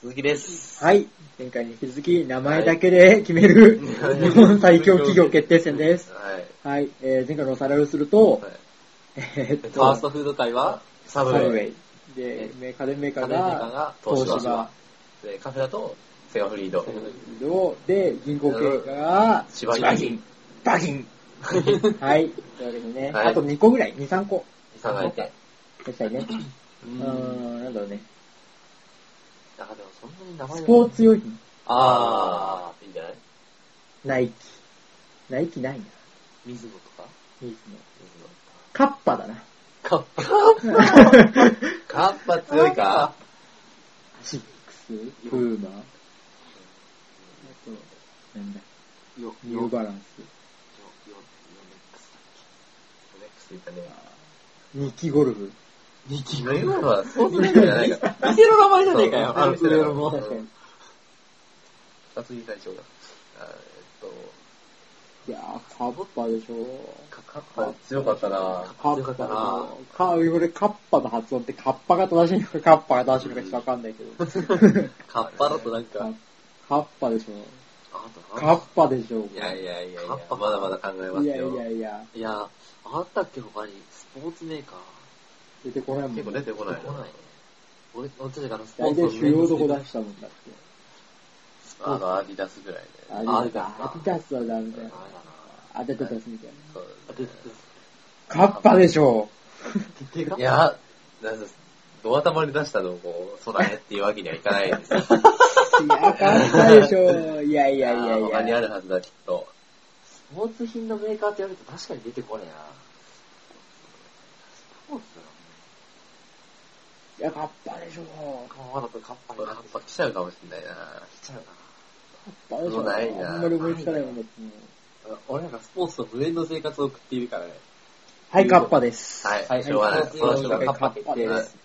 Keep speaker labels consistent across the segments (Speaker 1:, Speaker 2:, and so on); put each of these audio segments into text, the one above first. Speaker 1: 鈴木で す。
Speaker 2: はい。前回に引き続き、名前だけで決める、
Speaker 1: はい
Speaker 2: 日本最強企業決定戦です。
Speaker 1: はい。
Speaker 2: はい。えー前回のおさらいをすると、
Speaker 1: はい
Speaker 2: えーっ
Speaker 1: ファー
Speaker 2: と
Speaker 1: ス、トフード界は、サ
Speaker 2: サ
Speaker 1: ブ
Speaker 2: ブ
Speaker 1: ウ
Speaker 2: ウ
Speaker 1: ェ
Speaker 2: ェ
Speaker 1: イ
Speaker 2: イ。。で、メ家電メーカ
Speaker 1: 家
Speaker 2: ー
Speaker 1: 電メーカ
Speaker 2: が、
Speaker 1: ーが東
Speaker 2: 東
Speaker 1: 芝。
Speaker 2: 芝、
Speaker 1: でカフェだと、セガフリード。
Speaker 2: で、銀行経営が、
Speaker 1: 芝木
Speaker 2: 木バギン はい。というわけでね、
Speaker 1: はい
Speaker 2: あと2個ぐらい、2、3個。
Speaker 1: さがいて。
Speaker 2: でしたいね。
Speaker 1: う。
Speaker 2: うんーん、なんだろうね。
Speaker 1: あ、でもそんなに名前
Speaker 2: スポーツ用品、
Speaker 1: あー、いいんじゃない
Speaker 2: ナイキ。ナイキないな。
Speaker 1: 水野とか
Speaker 2: いいですね。
Speaker 1: 水野
Speaker 2: カッパだな。
Speaker 1: とか。カッパカッパ強いか
Speaker 2: シックス、プーマ、あと、なんだ、
Speaker 1: よ、よ、
Speaker 2: ニ
Speaker 1: よ、
Speaker 2: ュ
Speaker 1: よ、
Speaker 2: ーバラン
Speaker 1: ネックスだっけ。ヨネックスいたね。
Speaker 2: ス、ニッキゴルフ。
Speaker 1: ニキゴルフはスポーツメーカーじゃないから。店の名前じゃねえかよ、あの
Speaker 2: そう
Speaker 1: 上のも。
Speaker 2: 確かに。
Speaker 1: 殺人隊長が。あーえっと、
Speaker 2: いやー、カッパでしょ。
Speaker 1: カッパ強かったな
Speaker 2: カ
Speaker 1: 強か
Speaker 2: ッ
Speaker 1: っ
Speaker 2: パ
Speaker 1: たな
Speaker 2: か、俺、カッパの発音ってカッパが正しいのか、カッパが正しいのかちょっとわかんないけど。
Speaker 1: カッパだとなんか、
Speaker 2: カカッパでしょ。
Speaker 1: あと
Speaker 2: カッパでしょ。
Speaker 1: いやいやいやいや、カッパまだまだ考えますよ。
Speaker 2: いやいやいや、
Speaker 3: いやー、あったっけ他に、スポーツメーカー。
Speaker 2: 出てこないもん。
Speaker 1: 結構出てこない
Speaker 3: 出てこないね俺、俺たちがあのスポー
Speaker 2: 大
Speaker 3: ツ
Speaker 2: 体
Speaker 3: の
Speaker 2: 主要どこ出したもんだって。
Speaker 1: あの、アディダスぐらいで。
Speaker 2: あ
Speaker 3: ア
Speaker 2: れ
Speaker 3: ディダ
Speaker 2: だ
Speaker 3: ス。
Speaker 2: アディダスはダメだよ。
Speaker 3: ダメだな
Speaker 2: アディダスみたいな。
Speaker 1: そう
Speaker 3: あ
Speaker 1: で
Speaker 3: 出
Speaker 1: す
Speaker 3: て
Speaker 1: ね
Speaker 3: くる
Speaker 2: カッパでし ょ。
Speaker 3: 出て
Speaker 1: い
Speaker 3: くる
Speaker 1: や、なんか、ドア玉に出したのをこう、そうだねっていうわけにはいかないですよ。い
Speaker 2: いや、カッパでしょ。いやいやいやい
Speaker 1: 他にあ
Speaker 2: や。
Speaker 1: るはずだ、きっと。
Speaker 3: スポーツ品のメーカーって言われると確かに出てこねえな。スポーツだよね。
Speaker 2: いや、カッパでしょ。カ
Speaker 3: カッパだとカッパに
Speaker 1: カ
Speaker 3: なっ
Speaker 1: ッパ来ちゃうかもしれない
Speaker 3: ちゃう
Speaker 2: ッパでし
Speaker 1: もうない
Speaker 2: ょ。
Speaker 1: な
Speaker 2: あんまり思いつかないもんだってね。
Speaker 3: な。俺なんかスポーツと無縁の生活を送っているからね。
Speaker 2: はい、カッパです。
Speaker 1: な。はい、しょうがない。そ
Speaker 3: ス
Speaker 1: う
Speaker 3: ポー
Speaker 1: は
Speaker 3: ツ
Speaker 1: しょう
Speaker 3: 用
Speaker 1: が
Speaker 3: の
Speaker 1: な
Speaker 3: カ
Speaker 1: い。
Speaker 3: ッパ決定です。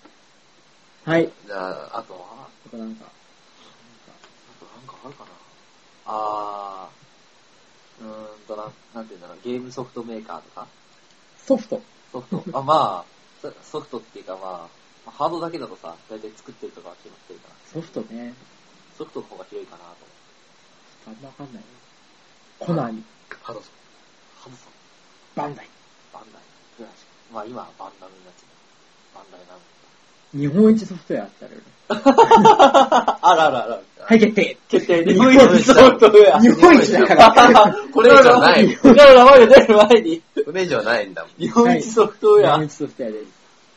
Speaker 2: はい。
Speaker 1: じゃあ、
Speaker 3: あ
Speaker 1: あ
Speaker 3: とは、
Speaker 2: あとなんか、
Speaker 3: あとなんかあるかな。あー、うーんとなん、なんていうんだろう、ゲームソフトメーカーとか。
Speaker 2: ソフト。
Speaker 3: ソフ ト。あ、まあ、ソソフトっていうかまあ、ハードだけだとさ、大体作ってるとかは決まってるから、
Speaker 2: ソフトね。
Speaker 3: ソフトの方が広いかなと思って。
Speaker 2: あんまわかんない。コナミ、
Speaker 1: ハドソ
Speaker 3: ハムソン、
Speaker 2: バンダイ。
Speaker 3: バンダイぐらいしか。まあ今はバンダムになっちゃう。バンダイなの。
Speaker 2: 日本一ソフトウェアってあるよね。
Speaker 3: あ、あらあらあら。
Speaker 2: はい、決定
Speaker 3: 決定、
Speaker 2: 日
Speaker 3: 日
Speaker 2: 本
Speaker 3: 本
Speaker 2: 一
Speaker 3: 一
Speaker 2: ソ
Speaker 3: ソ
Speaker 2: フ
Speaker 3: フ
Speaker 2: ト
Speaker 3: トウェア。
Speaker 2: 日本一だから。
Speaker 1: これ以上ない。
Speaker 3: これの名前が出る前に、
Speaker 1: これ以上ないんだもん。
Speaker 3: 日本一ソフトウ
Speaker 2: 日
Speaker 3: ェア。
Speaker 2: 本一ソフトウェアです。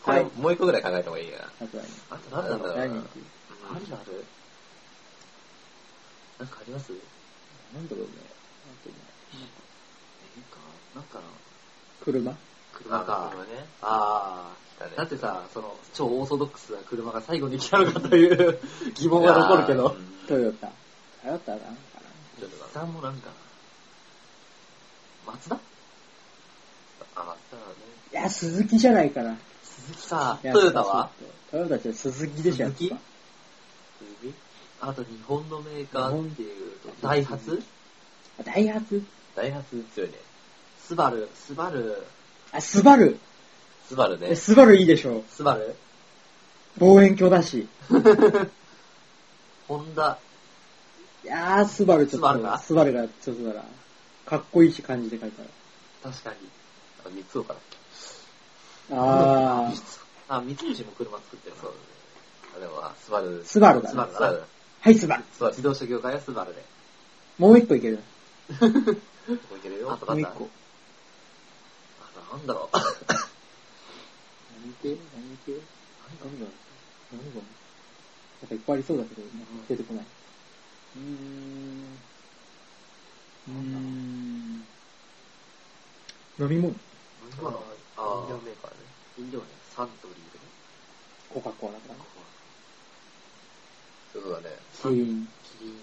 Speaker 1: これ、もう一個ぐらい考えた方がいいや。
Speaker 2: あとはね、
Speaker 3: あと何なんだろう。
Speaker 1: はい
Speaker 2: 何っていう
Speaker 3: 何あるなんかありますメ
Speaker 2: なんだろうね。なんていうの
Speaker 3: ーカーなんか、
Speaker 2: 車
Speaker 3: 車か。
Speaker 1: ね。
Speaker 3: ああ。
Speaker 1: 来たね
Speaker 3: だってさ、その、超オーソドックスな車が最後に来たのかという疑問が残るけ
Speaker 1: いやー
Speaker 3: ど
Speaker 1: う。ん
Speaker 2: トヨタ。トヨタなんか
Speaker 1: ちょっとな
Speaker 3: さんもなんか、松田
Speaker 1: あ、まあ、そうだね。
Speaker 2: ないや、鈴木じゃないかな。
Speaker 3: 鈴木さ、
Speaker 2: い
Speaker 3: ト
Speaker 2: や
Speaker 3: ヨタは
Speaker 2: トヨタじゃ鈴木でしょ、やっぱ
Speaker 3: 鈴木
Speaker 1: 次
Speaker 3: あと日本のメーカーっていうと、ダイハツ
Speaker 2: あダイハツ
Speaker 1: ダイハツ強いね。
Speaker 3: スバル、スバル、
Speaker 2: あ、スバル。
Speaker 1: スバル
Speaker 2: え
Speaker 1: ね。
Speaker 2: スバルいいでしょ。
Speaker 3: スバル、
Speaker 2: 望遠鏡だし。
Speaker 3: ホンダ、
Speaker 2: いやー、スバルちょ
Speaker 3: ス
Speaker 2: っと。
Speaker 3: バルが
Speaker 2: スバルがちょっとだな。かっこいいし漢字で書いて
Speaker 3: 確かに。
Speaker 1: あ、三つ岡だっ
Speaker 2: ある。あー、
Speaker 3: あ、三菱も車作ってるな
Speaker 1: けそう。あ、でも、あスバル。
Speaker 2: スバルだ
Speaker 1: ス
Speaker 2: ね
Speaker 1: バルスバルだ。
Speaker 2: はい、スバル。
Speaker 1: スバル。
Speaker 3: 自動車業界はスバルで。
Speaker 2: もう一個いける。
Speaker 1: こいけるよ。
Speaker 3: あとな
Speaker 2: もうん一
Speaker 3: だ
Speaker 2: 個。
Speaker 3: あとなんだろう。
Speaker 2: 何系何系何が何がなんかいっぱいありそうだけど、なんか出てこない。うーん。うーん。飲み物
Speaker 1: あの
Speaker 3: あ
Speaker 1: 飲
Speaker 3: ー
Speaker 1: 料メーカーね。
Speaker 3: 飲料ね、サントリーとか。
Speaker 2: コカ・コーラかな。
Speaker 1: そうだね。
Speaker 2: キリン。
Speaker 3: キリン、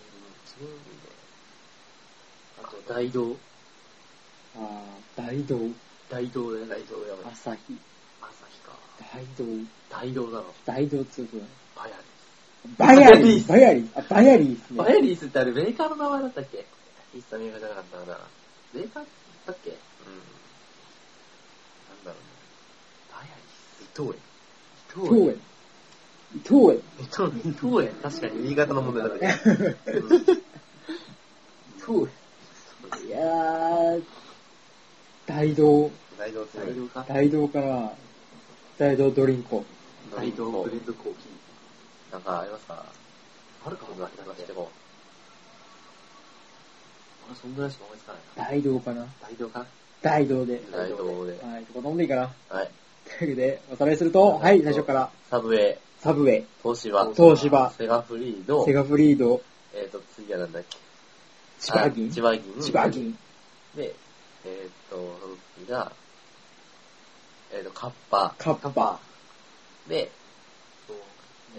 Speaker 3: あと大道、
Speaker 2: あー、大道。
Speaker 3: 大道で、
Speaker 1: 大丈夫やばい。
Speaker 2: 朝日。
Speaker 3: 朝日か。
Speaker 2: 大道。
Speaker 3: 大道だろ。
Speaker 2: 大道通風。
Speaker 3: バヤリ
Speaker 2: バヤリーバヤリーあ、バヤリーです
Speaker 3: ー。
Speaker 2: ね。
Speaker 3: バヤリースってあれメーカーの名前だったっけ
Speaker 1: イースタミンじゃなかったかな。うん。なん
Speaker 3: メーカーだっけ
Speaker 1: だろうね。
Speaker 3: バヤリ
Speaker 1: 伊藤園。
Speaker 3: ス。東
Speaker 2: 東
Speaker 3: 映
Speaker 2: 園。
Speaker 3: 伊藤
Speaker 2: 伊藤園。
Speaker 3: 園、伊藤園、確かに。
Speaker 1: 新潟の問題だね。
Speaker 2: 伊藤園。いやー、大道、
Speaker 1: 大道強
Speaker 3: 大
Speaker 1: い。
Speaker 3: 道か
Speaker 2: 大道から、大道ドリンコ。
Speaker 3: 大道ブレン
Speaker 1: ン
Speaker 3: ドコーヒ
Speaker 1: なんかありますか
Speaker 3: ー。あるか
Speaker 1: 音
Speaker 3: な
Speaker 1: 楽流してこ
Speaker 3: あ、そんぐらいしか思いつかない
Speaker 2: 大道かな
Speaker 3: な。大道か
Speaker 2: 大道で。
Speaker 1: う。大道で。
Speaker 2: はい、ここ飲んでいいかな。
Speaker 1: はい。
Speaker 2: というわけで、おさらいすると、はい、最初から、
Speaker 1: サブウェイ、
Speaker 2: サブウェイ、
Speaker 1: 東芝、
Speaker 2: 東芝、
Speaker 1: セガフリード
Speaker 2: セ、ガフリード、
Speaker 1: えっと、次はなんだっけ
Speaker 2: 千葉銀
Speaker 1: あ、千葉銀。
Speaker 2: 千葉。銀、
Speaker 1: で、えっと、その次が、えっと、カッパ。
Speaker 2: カッパ、
Speaker 1: で、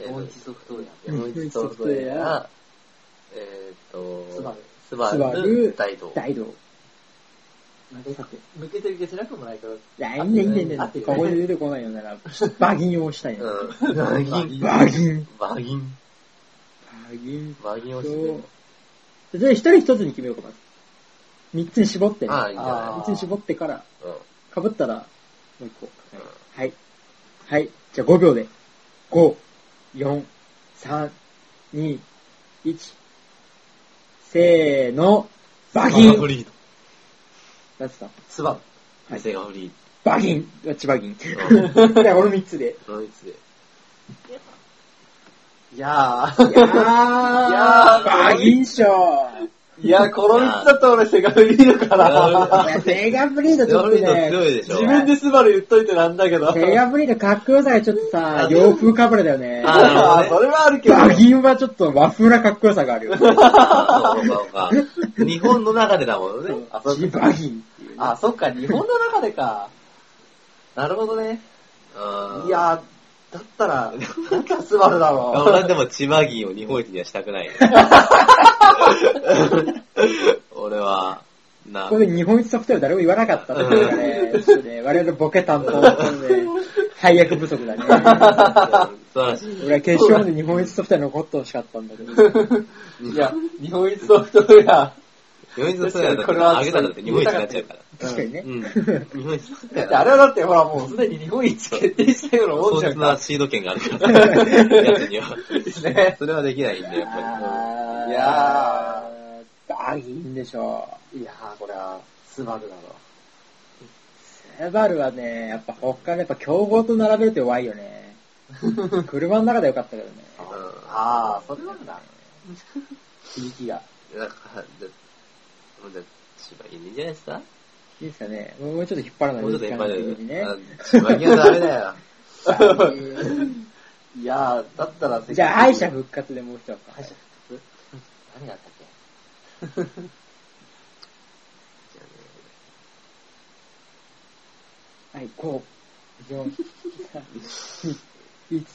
Speaker 3: 日本一ソフトウェ
Speaker 1: ヤムイチソフトウェア、えっと、
Speaker 3: スバル、
Speaker 1: スバ
Speaker 2: スバル
Speaker 1: ル、大道。
Speaker 2: 大道。
Speaker 3: ア。
Speaker 2: さて、
Speaker 3: 抜けてる気しなくもないから、
Speaker 2: なんでいいんだよね
Speaker 3: 合ってる
Speaker 2: ここで出てこないよ なら、バギンをしたいな。
Speaker 1: うん。バギン。
Speaker 2: バギン。
Speaker 1: バギン。
Speaker 2: バギン。
Speaker 1: バギンをしてる。
Speaker 2: と、じゃあ一人一つに決めようか、まず。三つに絞ってね。
Speaker 1: ああ、いいんじゃ
Speaker 3: あ
Speaker 1: な
Speaker 2: 三つに絞ってから、
Speaker 1: いうん。
Speaker 2: 被ったら、もう一個。はい。はい。じゃあ5秒で。5、4、3、2、1。せーの、バギン
Speaker 1: リー
Speaker 2: なんつった
Speaker 3: スバ
Speaker 1: ド。セガフリ
Speaker 2: バギンあ千葉銀。 じ
Speaker 1: ード。
Speaker 2: ゃあ俺3つで。
Speaker 1: ドイツで。
Speaker 3: ル。いやー。
Speaker 2: いやー、
Speaker 3: いやー
Speaker 2: バギン賞
Speaker 3: いや、この3つだったら俺セガフリードか
Speaker 2: い
Speaker 3: な。
Speaker 2: や、セガブリードち
Speaker 1: セ
Speaker 2: ょ
Speaker 1: ガ
Speaker 2: っ
Speaker 1: フ
Speaker 2: と
Speaker 1: リード強
Speaker 2: ね、
Speaker 1: いでしょ
Speaker 3: 自。分でスバル言っといてなんだけど。
Speaker 2: セガブリードかっこよさがちょっとさ、洋風かぶれだよね。
Speaker 1: あなるほど
Speaker 3: あ
Speaker 1: ね
Speaker 3: ーそれはあるけど。
Speaker 2: バギンはちょっと和風なかっこよさがあるよね。
Speaker 1: そうかそうか。日本の中でだものね。
Speaker 3: あそう
Speaker 2: ジバギンっていうね。
Speaker 3: あ、そっか、日本の中でか。なるほどね。
Speaker 1: うん
Speaker 3: い、やー、だったら、なんかスバルだろ
Speaker 1: 俺でも千葉銀を日本一にはした くない。俺は、な
Speaker 2: ここ、で日本一ソフトウェア誰も言わなかったっていうのがね、ちょっとね我々ボケ担当なので、配役不足だね。
Speaker 1: 素晴らしい。
Speaker 2: 俺は決勝まで日本一ソフトウェア残ってほしかったんだけど。
Speaker 3: う。いや、日本一ソフトウェア。
Speaker 1: 日本一のソヤだって、あげたらだって日本一になっちゃうから。
Speaker 2: 確かにね
Speaker 1: う。ん。日本一の
Speaker 3: だってあれはだってほらもうすでに日本一決定したようなもん
Speaker 1: 壮
Speaker 3: じゃん
Speaker 1: 絶
Speaker 3: か
Speaker 1: な。シード権がある から、やつには。
Speaker 3: ね。
Speaker 1: それはできないんだよ、やっぱ
Speaker 2: あー
Speaker 3: いや
Speaker 2: バギンでしょ
Speaker 3: いやー、これは、スバルだろ。
Speaker 2: う。セバルはね、やっぱ他のやっぱ競合と並べると弱いよ ね。車の中でよかったけどね。
Speaker 3: ああ、それなんだ。響きが。
Speaker 1: り。なんか、じゃ、もうじゃあ、千葉銀でいいんじゃないですか
Speaker 2: いいですかね。もうちょっと引っ張らない
Speaker 1: もうちょっといっぱいだ
Speaker 2: 時間的にね
Speaker 1: よ。あ千葉銀はダメだよ。
Speaker 3: いやー、だったら世界
Speaker 2: じゃあ、敗者復活でもう一つ。
Speaker 3: 敗者復活何があったっ
Speaker 1: じゃあ
Speaker 2: は
Speaker 1: ね
Speaker 2: い、5、4、3、2、1、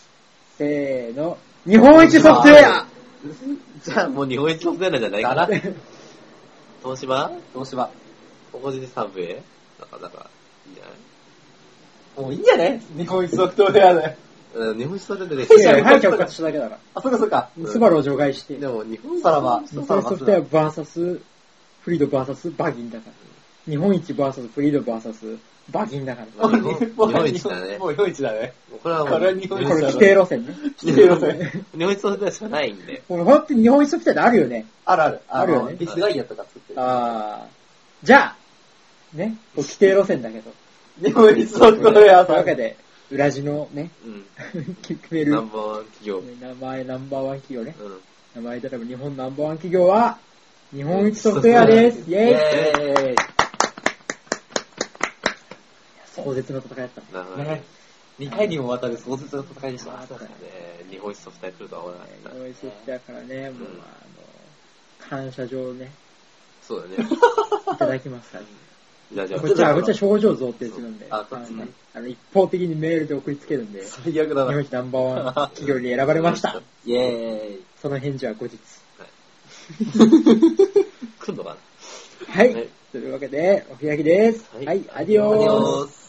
Speaker 2: せーの、日本一ソフトウェア
Speaker 1: じゃあもう日本一ソフトウェアなんじゃない
Speaker 3: け
Speaker 1: か な。
Speaker 3: だな、
Speaker 1: 東芝
Speaker 3: 東芝。
Speaker 1: ここでサブウェイなんか、なんか、いいんじゃな
Speaker 3: もういいんじゃね日本一ソフトウェアで。
Speaker 1: いうん日本一ソフトウェアでで
Speaker 2: い
Speaker 1: きる
Speaker 2: やいや、敗者復活しただけだか
Speaker 3: あ、そっかそっか。
Speaker 2: ら。
Speaker 1: ん
Speaker 2: スバルを除外して、日
Speaker 1: でも日本
Speaker 3: さらば、さ
Speaker 2: 本
Speaker 3: らば
Speaker 2: 一ソフ
Speaker 3: ス
Speaker 2: トウ
Speaker 3: だ
Speaker 2: ェア。バーサス、フリードバーサス、バギンだから。日本一バーサス、フリードバーサス、バギンだから。
Speaker 1: もう
Speaker 3: もう
Speaker 1: 日
Speaker 3: もう
Speaker 1: 本一だね。
Speaker 3: もう日本一だね。
Speaker 1: これはも
Speaker 3: これは
Speaker 1: う、
Speaker 3: 日
Speaker 1: 日
Speaker 3: 本
Speaker 1: 本
Speaker 3: 一
Speaker 2: こ
Speaker 1: 一
Speaker 2: れ
Speaker 1: ソフトウ
Speaker 2: 規定路線ね。
Speaker 3: 来てよね。
Speaker 1: ェアしかないんで。
Speaker 2: これ本当に日本一ソフトウェアってあるよね。
Speaker 3: あるある。の
Speaker 2: あるよね
Speaker 3: ビスガイアとか作ってる。
Speaker 2: あー。じゃあ、ね、これ規定路線だけど。
Speaker 3: 日本一ソフトウ
Speaker 2: という
Speaker 3: ェア
Speaker 2: わけで、裏地のね、
Speaker 1: うん。
Speaker 2: 決める
Speaker 1: ナンバーワン企業。うん。
Speaker 2: 名前ナンバーワン企業ね。名前選ぶ日本ナンバーワン企業は、日本一ソフトウェアです。イェイ
Speaker 3: イェーイ
Speaker 2: 壮絶な戦いだったね。
Speaker 1: なるほど
Speaker 3: ね
Speaker 1: ね。
Speaker 3: 2回にもわたる壮絶な戦いでした
Speaker 1: ま
Speaker 3: な
Speaker 1: あ。そうだね。日本一ソフトウェア来るとは思わなか
Speaker 2: 日
Speaker 1: った。
Speaker 2: 本一ソフトウェアからね、もう、
Speaker 1: うん
Speaker 2: あの、感謝状をね、
Speaker 1: そうだね。
Speaker 2: いただきますから、ね。
Speaker 1: じゃ あじゃあ、
Speaker 2: こっちは、こっちは症状像ってするんで、
Speaker 1: あこっちね
Speaker 2: あのあの一方的にメールで送りつけるんで、日
Speaker 3: 最悪だ
Speaker 2: 本
Speaker 3: な。
Speaker 2: 一ナンバー ワン企業に選ばれました。
Speaker 3: イェーイ。
Speaker 2: その返事は後日。
Speaker 1: 来んのか
Speaker 2: はい。
Speaker 1: はい
Speaker 2: というわけで、お開きです。は。
Speaker 1: はいい
Speaker 2: アディ
Speaker 1: な
Speaker 2: オ
Speaker 1: アディ
Speaker 2: ース
Speaker 1: オース。